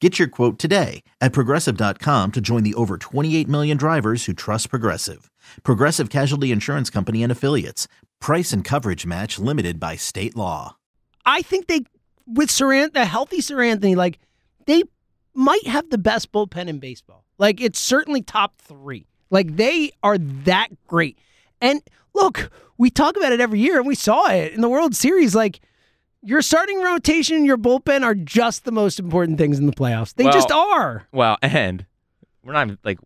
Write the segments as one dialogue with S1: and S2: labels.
S1: Get your quote today at progressive.com to join the over 28 million drivers who trust Progressive. Progressive Casualty Insurance Company and Affiliates. Price and coverage match limited by state law.
S2: I think they, with Saran, a healthy Saranthony, like they might have the best bullpen in baseball. Like it's certainly top three. Like they are that great. And look, we talk about it every year, and we saw it in the World Series. Like your starting rotation and your bullpen are just the most important things in the playoffs. They
S3: Well-
S2: just are.
S3: Well, and we're not even like,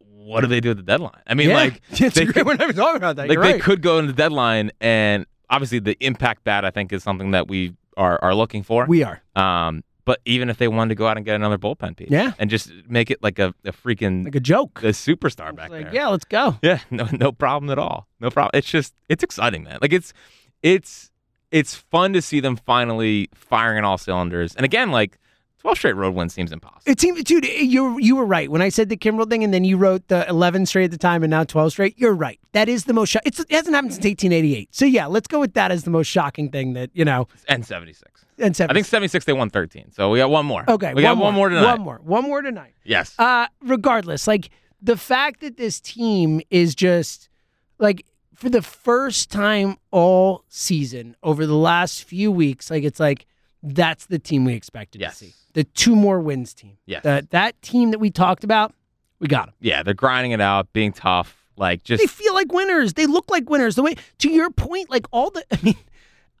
S3: what do they do at the deadline? I mean,
S2: Yeah.
S3: like,
S2: It's
S3: they
S2: great.
S3: could-
S2: we're not even talking about that.
S3: like
S2: You're
S3: they
S2: right.
S3: could go into the deadline, and obviously the impact bat I think is something that we are are looking for.
S2: we are
S3: um, but even if they wanted to go out and get another bullpen piece,
S2: Yeah.
S3: and just make it like a, a freaking
S2: like a joke.
S3: a superstar back
S2: Like,
S3: there.
S2: yeah, let's go.
S3: Yeah, no, no problem at all. No problem. It's just, it's exciting, man. Like it's, it's, it's fun to see them finally firing on all cylinders. And again, like twelve straight road wins seems impossible.
S2: It seems, dude, you you were right when I said the Kimbrel thing, and then you wrote the 11 straight at the time, and now 12 straight. You're right. That is the most. Sho- it's, it hasn't happened since 1888. So yeah, let's go with that as the most shocking thing that you know.
S3: and seventy six.
S2: And
S3: I
S2: seven.
S3: think seventy six. They won thirteen. So we got one more.
S2: Okay,
S3: we got one more tonight.
S2: One more. One more tonight.
S3: Yes.
S2: Uh, regardless, like the fact that this team is just like for the first time all season over the last few weeks, like it's like that's the team we expected
S3: Yes.
S2: to see. The two more wins team.
S3: Yes.
S2: That that team that we talked about, we got them.
S3: yeah, they're grinding it out, being tough. Like just
S2: They feel like winners. They look like winners. The way to your point, like all the I mean,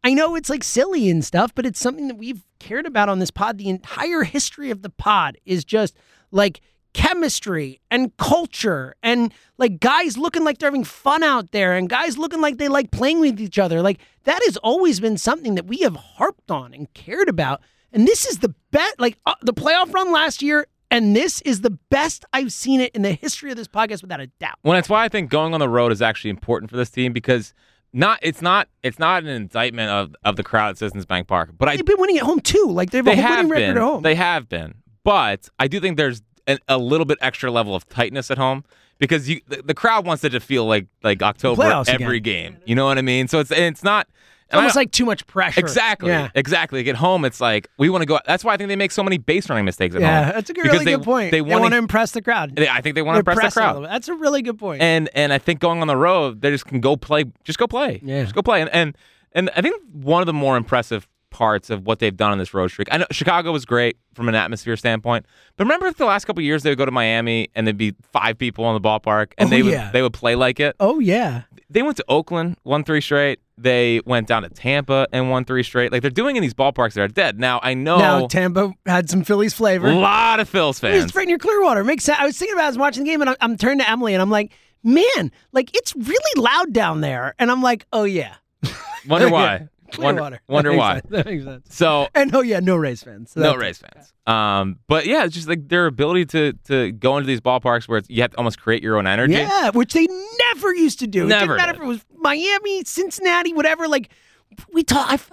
S2: I know it's like silly and stuff, but it's something that we've cared about on this pod. The entire history of the pod is just like chemistry and culture and like guys looking like they're having fun out there and guys looking like they like playing with each other. Like that has always been something that we have harped on and cared about. And this is the bet like uh, the playoff run last year and this is the best I've seen it in the history of this podcast without a doubt.
S3: Well, that's why I think going on the road is actually important for this team because not it's not it's not an indictment of of the crowd at Citizens Bank Park, but I
S2: They've been winning at home too. Like they have
S3: they
S2: a winning
S3: have
S2: record
S3: been
S2: at home.
S3: they have been, but I do think there's an, a little bit extra level of tightness at home because you the, the crowd wants it to feel like like October
S2: Playoffs
S3: every game. You know what I mean? So it's and it's not
S2: it's almost like too much pressure.
S3: Exactly.
S2: Yeah.
S3: Exactly. Like at home, it's like we want to go. That's why I think they make so many base running mistakes at
S2: Yeah,
S3: home.
S2: that's a good-
S3: because
S2: really
S3: they-
S2: good point.
S3: They want to.
S2: impress the crowd.
S3: I think they want to
S2: They're
S3: impress the
S2: pressing a
S3: crowd.
S2: little bit. That's a really good point.
S3: And and I think going on the road, they just can go play, just go play,
S2: Yeah.
S3: just go play. And, and and I think one of the more impressive parts of what they've done on this road streak. I know Chicago was great from an atmosphere standpoint, but remember the last couple of years they would go to Miami and there'd be five people in the ballpark and
S2: Oh,
S3: they would
S2: yeah.
S3: they would play like it.
S2: oh yeah,
S3: They went to Oakland, won three straight. They went down to Tampa and won three straight. Like they're doing in these ballparks that are dead. Now I know
S2: now Tampa had some Phillies
S3: a
S2: flavor.
S3: lot of Phil's
S2: It's
S3: fans.
S2: right near Clearwater. Makes sense. I was thinking about. it, I was watching the game, and I'm, I'm turned to Emily, and I'm like, "Man, like it's really loud down there." And I'm like, "Oh yeah,
S3: Wonder
S2: Yeah.
S3: why.
S2: Clearwater.
S3: wonder
S2: That makes
S3: why.
S2: sense. That makes sense.
S3: So
S2: And oh yeah, no Rays fans. So
S3: no
S2: that's-
S3: race fans. Um, but yeah, it's just like their ability to to go into these ballparks where it's, you have to almost create your own energy.
S2: Yeah, which they never used to do.
S3: Never
S2: it didn't matter
S3: did.
S2: if it was Miami, Cincinnati, whatever. Like we talk I've,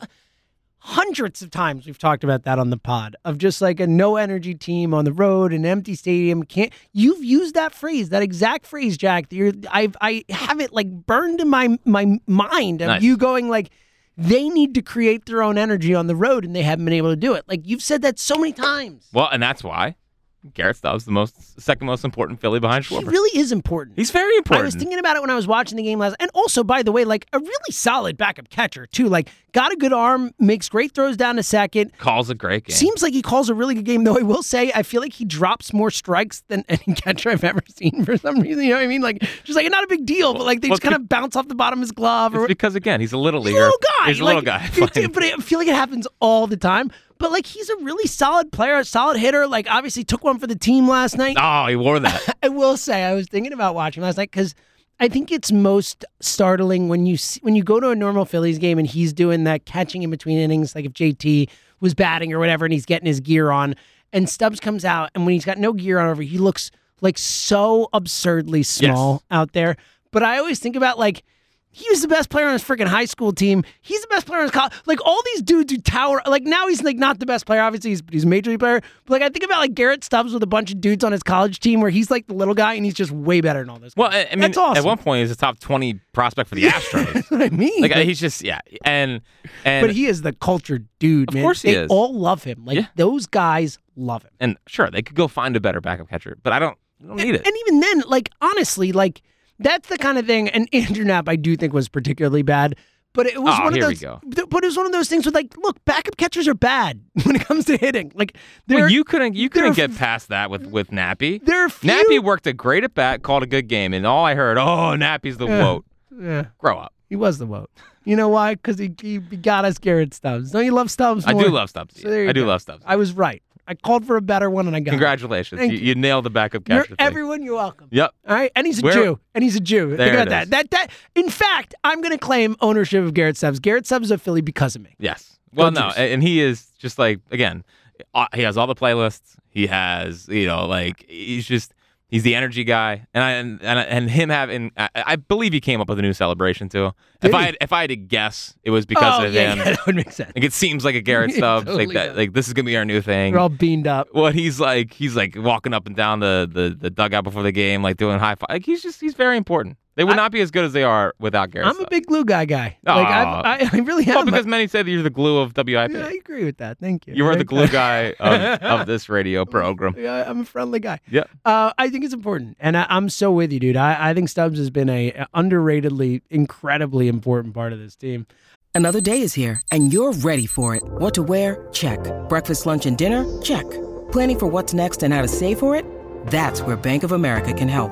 S2: hundreds of times we've talked about that on the pod of just like a no energy team on the road, an empty stadium. Can't you've used that phrase, that exact phrase, Jack? that You're, I've I have it like burned in my my mind of
S3: Nice.
S2: you going like. They need to create their own energy on the road, and they haven't been able to do it. Like you've said that so many times.
S3: Well, and that's why Garrett Stubbs the most second most important Philly behind
S2: He
S3: Schwarber.
S2: really is important.
S3: He's very important.
S2: I was thinking about it when I was watching the game last. And also, by the way, like a really solid backup catcher too. Like got a good arm, makes great throws down to second.
S3: Calls a great game.
S2: Seems like he calls a really good game, though. I will say, I feel like he drops more strikes than any catcher I've ever seen for some reason. You know what I mean? Like, just like not a big deal, but like they
S3: well,
S2: just kind of bounce off the bottom of his glove.
S3: it's
S2: Or,
S3: because again, he's a little
S2: he's a
S3: leaguer.
S2: little guy.
S3: He's a
S2: like,
S3: little guy.
S2: you do- but I feel like it happens all the time. But like, he's a really solid player, a solid hitter. Like, obviously took one for the team last night.
S3: oh, he wore that.
S2: I will say I was thinking about watching last night because I think it's most startling when you see, when you go to a normal Phillies game and he's doing that catching in between innings, like if JT was batting or whatever, and he's getting his gear on, and Stubbs comes out, and when he's got no gear on over, he looks like so absurdly small out there. But I always think about like. He was the best player on his freaking high school team. He's the best player on his college. Like all these dudes who tower. Like now he's like not the best player. Obviously he's he's a major league player. But like I think about like Garrett Stubbs with a bunch of dudes on his college team where he's like the little guy and he's just way better than all this.
S3: Well, I, I mean,
S2: that's awesome.
S3: at one point he was a top twenty prospect for the Astros.
S2: that's what I mean.
S3: like he's just yeah, and and
S2: but he is the cultured dude.
S3: Of
S2: man.
S3: course he
S2: they
S3: is.
S2: all love him. Like
S3: Yeah.
S2: those guys love him.
S3: and sure they could go find a better backup catcher, but I don't I don't need it.
S2: And even then, like honestly, like that's the kind of thing. And Andrew Knapp, I do think was particularly bad. But it was
S3: Oh,
S2: one of
S3: here we
S2: those.
S3: go.
S2: th- But it was one of those things with like, look, backup catchers are bad when it comes to hitting. Like there,
S3: Well, you couldn't you
S2: there
S3: couldn't
S2: are
S3: get past that with with Nappy.
S2: there are few.
S3: Nappy worked a great at bat, called a good game, and all I heard, oh, Nappy's the
S2: Yeah.
S3: woat.
S2: Yeah,
S3: Grow up.
S2: he was the vote. You know why? Because he, he got us Garrett Stubbs. Don't you love Stubbs?
S3: I do
S2: more?
S3: love Stubbs.
S2: So there you
S3: I do
S2: go.
S3: love Stubbs.
S2: I was right. I called for a better one and I got. it.
S3: Congratulations,
S2: Thank
S3: you,
S2: you.
S3: you nailed the backup
S2: You're-
S3: catcher. thing.
S2: everyone, you're welcome.
S3: Yep.
S2: All right, and he's a
S3: Where-
S2: Jew, and he's a Jew.
S3: There
S2: Think about
S3: it
S2: that.
S3: is.
S2: That that. In fact, I'm going to claim ownership of Garrett Stubbs. Garrett Stubbs is a Philly because of me.
S3: Yes. Well, no,
S2: Jews.
S3: and and he is just like again, uh, he has all the playlists. He has you know like he's just he's the energy guy, and I and and, and him having I, I believe he came up with a new celebration too. if
S2: Did
S3: I
S2: he?
S3: had, if I had to guess, it was because
S2: oh
S3: of
S2: yeah,
S3: him.
S2: yeah, that would make sense.
S3: Like it seems like a Garrett
S2: It
S3: Stubbs
S2: totally
S3: like that
S2: does.
S3: like this is gonna be our new thing.
S2: They're all beamed up.
S3: Well, he's like he's like walking up and down the, the, the dugout before the game, like doing high five. Like he's just he's very important. They would
S2: I-
S3: not be as good as they are without Garrett.
S2: I'm a
S3: Stubbs.
S2: big glue guy guy. Like
S3: Aw.
S2: I, I, I really am.
S3: well because many say that you're the glue of WIP.
S2: Yeah, I agree with that. Thank you.
S3: You are the
S2: Thank
S3: glue
S2: you.
S3: guy of, of this radio program.
S2: Yeah, I'm a friendly guy.
S3: Yep.
S2: Uh, I think it's important, and I, I'm so with you, dude. I, I think Stubbs has been a a underratedly, incredibly important part of this team.
S4: Another day is here, and you're ready for it. What to wear? Check. Breakfast, lunch, and dinner? Check. Planning for what's next and how to save for it? That's where Bank of America can help.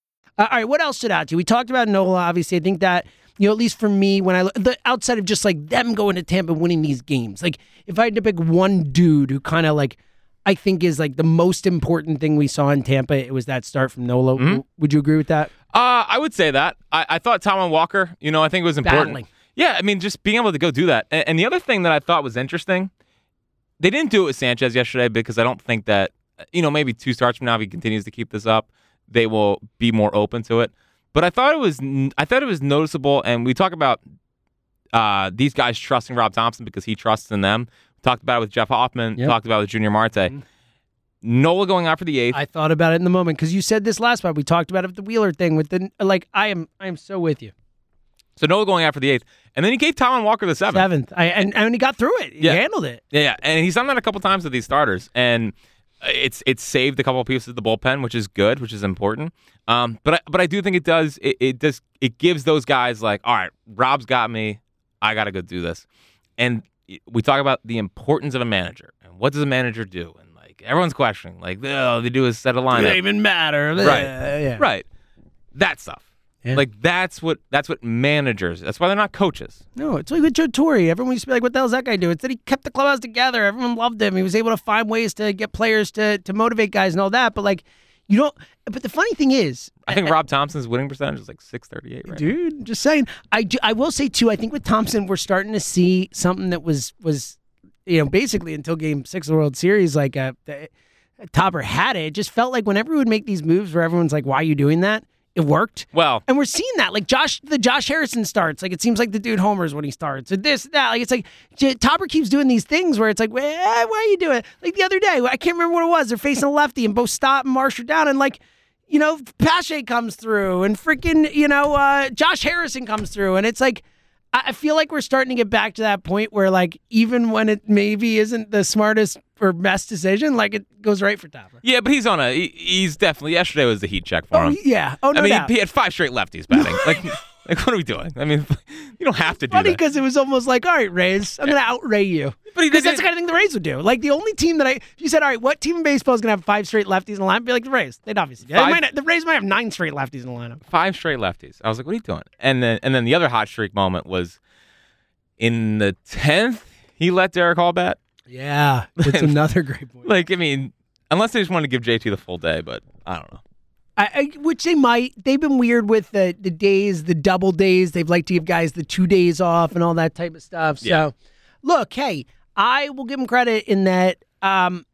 S2: Uh, all right, what else stood out to you? We talked about Nola, obviously. I think that, you know, at least for me, when I look, the outside of just like them going to Tampa and winning these games, like if I had to pick one dude who kind of like, I think is like the most important thing we saw in Tampa, it was that start from Nola.
S3: Mm-hmm.
S2: W- Would you agree with that?
S3: Uh, I would say that. I, I thought Tom and Walker, you know, I think it was important.
S2: Battling.
S3: Yeah, I mean, just being able to go do that. And, and the other thing that I thought was interesting, they didn't do it with Sanchez yesterday because I don't think that, you know, maybe two starts from now, if he continues to keep this up, they will be more open to it. But I thought it was, n- I thought it was noticeable. And we talk about uh, these guys trusting Rob Thompson because he trusts in them. Talked about it with Jeff Hoffman.
S2: Yep. Mm-hmm.
S3: Talked about it with Junior Marte. Nola going out for the eighth.
S2: I thought about it in the moment because you said this last time. We talked about it with the Wheeler thing with the like. I am I am so with you.
S3: so Nola going out for the eighth, and then he gave Talon Walker the seventh.
S2: Seventh, I and, and he got through it. He
S3: Yeah.
S2: handled it.
S3: Yeah, yeah, and he's done that a couple times with these starters, and it's it's saved a couple of pieces of the bullpen, which is good, which is important. Um, but I, but I do think it does it, it does it gives those guys like, all right, Rob's got me, I gotta go do this, and we talk about the importance of a manager and what does a manager do, and like everyone's questioning, like oh, they do is set a lineup,
S2: Didn't even matter.
S3: Right.
S2: Yeah, yeah.
S3: right? That stuff,
S2: Yeah.
S3: like that's what that's what managers. That's why they're not coaches.
S2: No, it's like with Joe Torre. Everyone used to be like, "What the hell's that guy do?" It's that he kept the clubhouse together. Everyone loved him. He was able to find ways to get players to to motivate guys and all that. But like, you don't. But the funny thing is,
S3: I think Rob Thompson's winning percentage is like six thirty eight, right?
S2: dude. Just saying. I do, I will say too. I think with Thompson, we're starting to see something that was was, you know, basically until Game Six of the World Series, like uh, the- Topper had it. It just felt like whenever we would make these moves, where everyone's like, "Why are you doing that?" It worked.
S3: Well,
S2: And we're seeing that, like Josh, the Josh Harrison starts. Like it seems like the dude homers when he starts, and this, that. Like it's like J- Topper keeps doing these things where it's like, "Why- eh, why are you doing? It? Like the other day, I can't remember what it was. They're facing a lefty, and both Stott and Marsh are down, and like, you know, Pache comes through, and freaking, you know, uh, Josh Harrison comes through, and it's like, I-, I feel like we're starting to get back to that point where, like, even when it maybe isn't the smartest or best decision, like it goes right for Topper.
S3: Yeah, but he's on a. He, he's definitely. Yesterday was the heat check for him.
S2: yeah. Oh no
S3: I mean,
S2: doubt.
S3: he had five straight lefties batting. like, like, what are we doing? I mean, you don't have to do
S2: funny
S3: that.
S2: because it was almost like, all right, Rays, I'm gonna outray you.
S3: But he
S2: Because that's
S3: didn't-
S2: the kind of thing the Rays would do. Like the only team that I, if you said, all right, what team in baseball is gonna have five straight lefties in the lineup? Be like the Rays. They'd obviously. They
S3: Five-
S2: might have- the Rays might have nine straight lefties in the lineup.
S3: Five straight lefties. I was like, what are you doing? And then, and then the other hot streak moment was in the tenth. He let Derek Hall bat.
S2: Yeah, it's another great point.
S3: Like, I mean, unless they just wanted to give JT the full day, but I don't know.
S2: I, I, which they might. They've been weird with the the days, the double days. They've liked to give guys the two days off and all that type of stuff. So,
S3: Yeah.
S2: look, hey, I will give them credit in that um,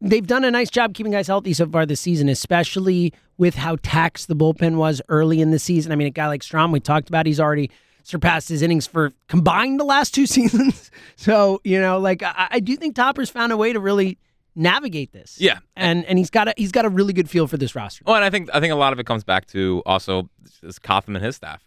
S2: they've done a nice job keeping guys healthy so far this season, especially with how taxed the bullpen was early in the season. I mean, a guy like Strom, we talked about, he's already surpassed his innings for combined the last two seasons. so, you know, like I, I do think Topper's found a way to really navigate this.
S3: Yeah.
S2: And and he's got a he's got a really good feel for this roster.
S3: Well, and I think I think a lot of it comes back to also is Cotham and his staff.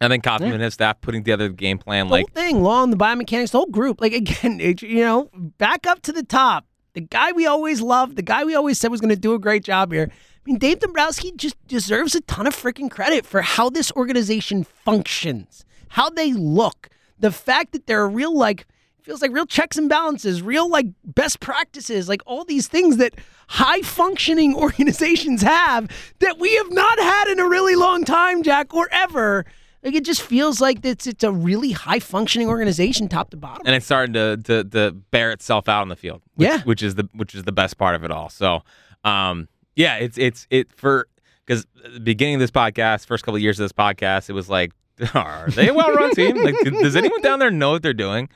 S3: I think Cotham
S2: Yeah.
S3: and his staff putting together the game plan,
S2: the
S3: like
S2: whole thing, Long, the biomechanics, the whole group. Like again, it, you know, back up to the top. The guy we always loved, the guy we always said was going to do a great job here. I mean, Dave Dombrowski just deserves a ton of freaking credit for how this organization functions, how they look, the fact that they're a real like feels like real checks and balances, real like best practices, like all these things that high functioning organizations have that we have not had in a really long time, Jack, or ever. Like it just feels like it's it's a really high functioning organization, top to bottom.
S3: and it's starting to, to to bear itself out on the field. Which,
S2: Yeah.
S3: which is the which is the best part of it all. So, um, yeah, it's it's it for because the beginning of this podcast, first couple of years of this podcast, it was like, are they a well-run team? Like, do- does anyone down there know what they're doing?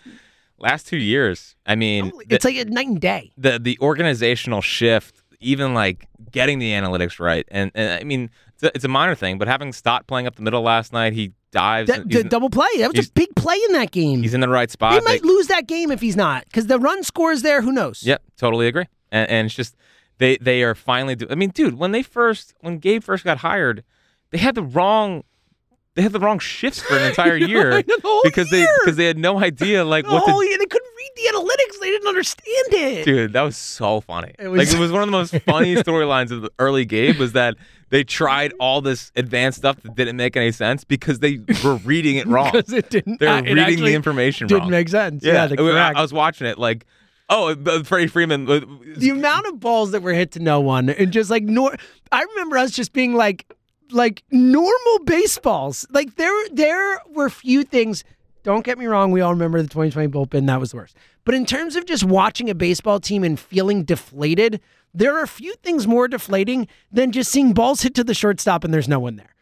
S3: Last two years, I mean, the,
S2: it's like a night and day.
S3: the the organizational shift, even like getting the analytics right, and, and I mean, it's a, it's a minor thing, but having Stott playing up the middle last night, he dives,
S2: That,
S3: and
S2: the
S3: he's, in,
S2: double play that was
S3: he's-
S2: a big play in that game.
S3: he's in the right spot.
S2: They
S3: Like,
S2: might lose that game if he's not because the run scores there. Who knows?
S3: Yep, totally agree. And, and it's just they they are finally. Do- I mean, dude, when they first when Gabe first got hired, they had the wrong they had the wrong shifts for an entire year
S2: Right, the whole
S3: because
S2: year.
S3: they because they had no idea like
S2: The
S3: what
S2: whole
S3: to
S2: year- Oh, they couldn't read the analytics. They didn't understand it.
S3: Dude, that was so funny.
S2: It was-
S3: like it was one of the most funny storylines of the early Gabe was that they tried all this advanced stuff that didn't make any sense because they were reading it wrong.
S2: Because it didn't.
S3: They're
S2: uh, it
S3: reading the
S2: actually
S3: information
S2: Didn't
S3: wrong.
S2: make sense. Yeah, the
S3: I- I,
S2: crack.
S3: I was watching it like, oh, uh, Freddie Freeman. uh,
S2: the amount of balls that were hit to no one, and just like nor. I remember us just being like, like normal baseballs. Like there, there were few things. Don't get me wrong. We all remember the 2020 bullpen. That was the worst. But in terms of just watching a baseball team and feeling deflated, there are few things more deflating than just seeing balls hit to the shortstop and there's no one there.